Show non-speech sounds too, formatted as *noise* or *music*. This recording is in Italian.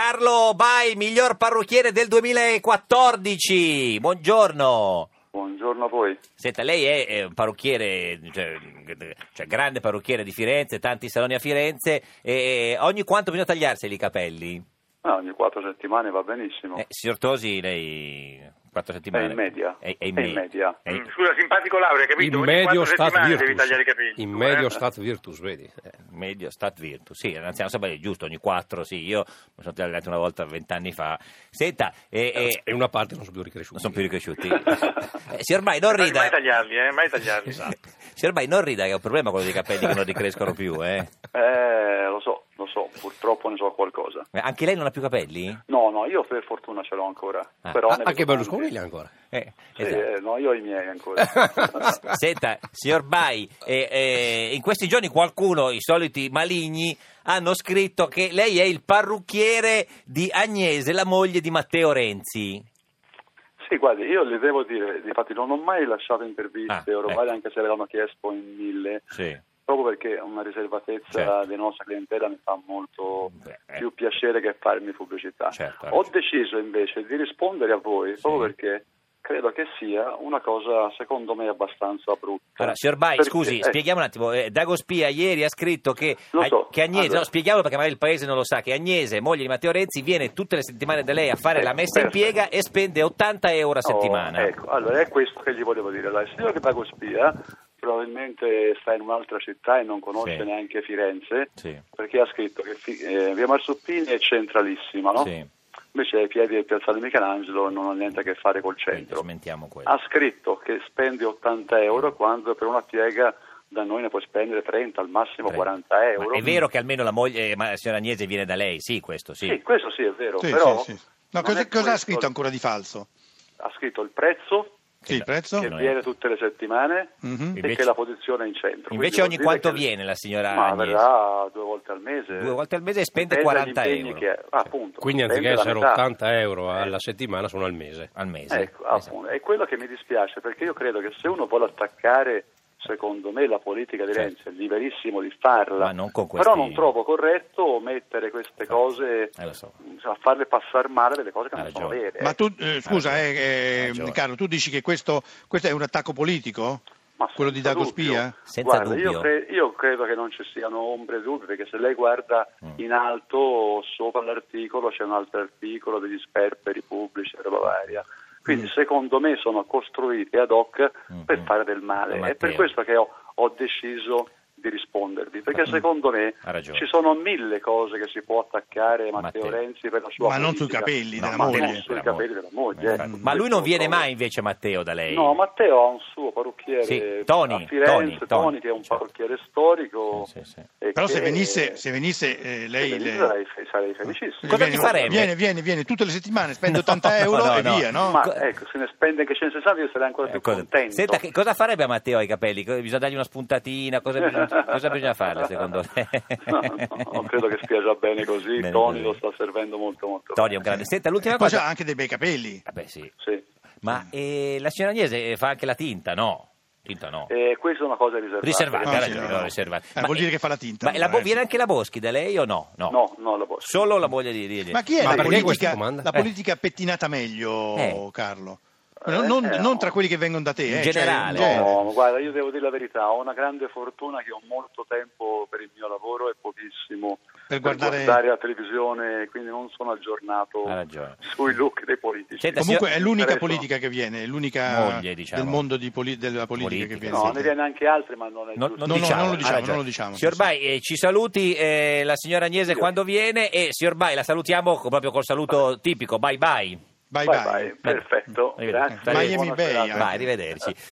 Carlo Bai, miglior parrucchiere del 2014. Buongiorno. Buongiorno a voi. Senta, lei è eh, un parrucchiere, cioè, cioè, grande parrucchiere di Firenze, tanti saloni a Firenze. E ogni quanto bisogna tagliarsi i capelli? Ah, ogni quattro settimane va benissimo. Eh, signor Tosi, lei quattro è settimane. in media. È, è in, È me- media. è in- Scusa, simpatico Laura, capito? In Ogni medio quattro stat settimane devi tagliare i virtus. capelli. In tu, medio eh? stat virtus, vedi. Eh, medio stat virtus sì anziano sapere giusto ogni quattro sì io mi sono tagliato una volta vent'anni fa senta e, Eh, e- E una parte non sono più ricresciuti. non sono più ricresciuti *laughs* eh, signor Bai non Mai, rida mai tagliarli, eh? Mai tagliarli. *laughs* signor Bai non rida che è un problema quello dei capelli che non ricrescono più eh. *laughs* Eh, lo so, lo so, purtroppo ne so qualcosa. Eh, anche lei non ha più capelli? No, no, io per fortuna ce l'ho ancora. Ah, Però Ah, ne anche vedo Berlusconi tanti. li ha ancora. Eh, Sì, esatto. eh, no, io ho i *laughs* miei ancora. Senta, signor Bai, eh, eh, in questi giorni qualcuno, i soliti maligni, hanno scritto che lei è il parrucchiere di Agnese, la moglie di Matteo Renzi. sì, guardi, io le devo dire, infatti non ho mai lasciato interviste, Ah, ormai ecco. anche se avevano chiesto in mille, Sì. proprio perché una riservatezza Certo. della nostra clientela mi fa molto Beh, eh. più piacere che farmi pubblicità. Certo, ha Ho ragione. deciso invece di rispondere a voi proprio perché credo che sia una cosa secondo me abbastanza brutta. Allora, signor Bai, Perché- scusi, eh, spieghiamo un attimo. Eh, Dago Spia ieri ha scritto che, Lo so. che Agnese, Allora. no, spieghiamolo perché magari il paese non lo sa, che Agnese, moglie di Matteo Renzi, viene tutte le settimane da lei a fare Eh, la messa in perfetto. piega e spende 80 euro a oh, settimana. ecco, allora è questo che gli volevo dire. Allora, il signor Dago Spia probabilmente sta in un'altra città e non conosce Sì. neanche Firenze, Sì. perché ha scritto che Fi- eh, via Marsuppini è centralissima, no? Sì. Invece ai piedi del piazzale Michelangelo non ha niente a che fare col Quindi centro. smentiamo quello. ha scritto che spendi 80 Mm. euro quando per una piega da noi ne puoi spendere 30 al massimo 40 euro. Ma è vero che almeno la moglie, eh, ma la signora Agnese viene da lei, sì, questo sì. Sì, questo sì è vero, Sì, però sì, sì. No, non cosa, è cosa ha questo. scritto ancora di falso? Ha scritto il prezzo Sì, il prezzo? Che che non è- viene tutte le settimane Mhm. e ecco. Invece- che la posizione è in centro. Invece ogni Quindi vuol dire quanto che- viene la signora Ma Agnese? verrà due volte al mese. Due volte al mese e spende Dipende 40 dagli impegni euro. che ha. Ah, appunto, Quindi anziché spende la essere metà. 80 euro Eh. alla settimana sono al mese. Al mese. Ecco, Esatto. appunto, è quello che mi dispiace perché io credo che se uno vuole attaccare, secondo me, la politica di Certo. Renzi è liberissimo di farla, Ma non con questi- però non trovo corretto mettere queste cose, Eh, lo so. insomma, farle passare male delle cose che Ha non sono ragione. vere. ecco. Ma tu, eh, scusa, ragione, eh, eh, ha ragione. Carlo, tu dici che questo, questo è un attacco politico? Ma Quello di senza Dago dubbio. Spia? Senza Guarda, dubbio. Io, cre- io credo che non ci siano ombre e dubbi, perché se lei guarda Mm. in alto, sopra l'articolo, c'è un altro articolo degli sperperi pubblici e roba varia. Quindi secondo me sono costruiti ad hoc per Mm. fare del male. Ma È per Matteo. questo che ho, ho deciso di rispondervi, perché secondo me Mm. Ha ragione. ci sono mille cose che si può attaccare Matteo, Matteo. Renzi per la sua Ma non sui politica. capelli No, della ma moglie. Mm. non sui capelli della moglie. Eh, ecco. Ma lui non Questo viene trovo. mai invece Matteo da lei? No, Matteo ha un suo parrucchiere Sì, Tony, a Firenze, Tony, Tony, Tony, che è un certo. parrucchiere storico. Sì, sì, sì. e Però se che- venisse, se venisse eh, se lei... venisse le- sarei, sarei felicissimo. Cosa viene- ti farebbe? Viene, viene, viene tutte le settimane, spende No, 80 euro no, e no. via, no? Ma Co- ecco, se ne spende anche 160 io sarei ancora più Eh, cosa- contento. Senta, che cosa farebbe a Matteo ai capelli? Co- Bisogna dargli una spuntatina? Cosa *laughs* bisogna, cosa bisogna farle secondo lei? No, no, no, credo *laughs* che stia già bene così, Bene Tony così. lo sta servendo molto molto Tony è un grande. Senta, l'ultima E poi cosa. c'ha anche dei bei capelli. Vabbè, sì. bene. Sì. Mm. Ma eh, la signora Agnese fa anche la tinta, no? Tinta no. E questa è una cosa riservata. riservata, Ah, ha sì, ragione, Eh, no, no. no, riservata. Eh, vuol dire che fa la tinta, Ma la bo- allora, eh. viene anche la Boschi da lei o no? No, No, no, la posso. solo la moglie di Rieghi. Ma chi è Ma la perché politica, questa domanda? la Eh. politica pettinata meglio, Eh. Carlo? No, non, Eh, non no. tra quelli che vengono da te, In eh, cioè, generale. genere. No, ma guarda, io devo dire la verità, ho una grande fortuna che ho molto tempo per il mio lavoro e pochissimo Per guardare- la televisione, quindi non sono aggiornato Ha ragione. sui look dei politici. Senta, Comunque signor- è l'unica Adesso- politica che viene, è l'unica Moglie, diciamo. del mondo di poli- della politica, Politica, che viene. No, sì. ne viene anche altri, ma non è Non, giusto. non No, no, diciamo, non lo ha diciamo, ragione. non lo diciamo, Signor sì, Bai, eh, ci saluti eh, la signora Agnese quando viene e signor Bai la salutiamo co- proprio col saluto tipico, bye bye. Bye Bye bye. bye, perfetto. Arrivederci. Grazie. Miami buona Bay, eh. serata. anche. *laughs* Vai, arrivederci.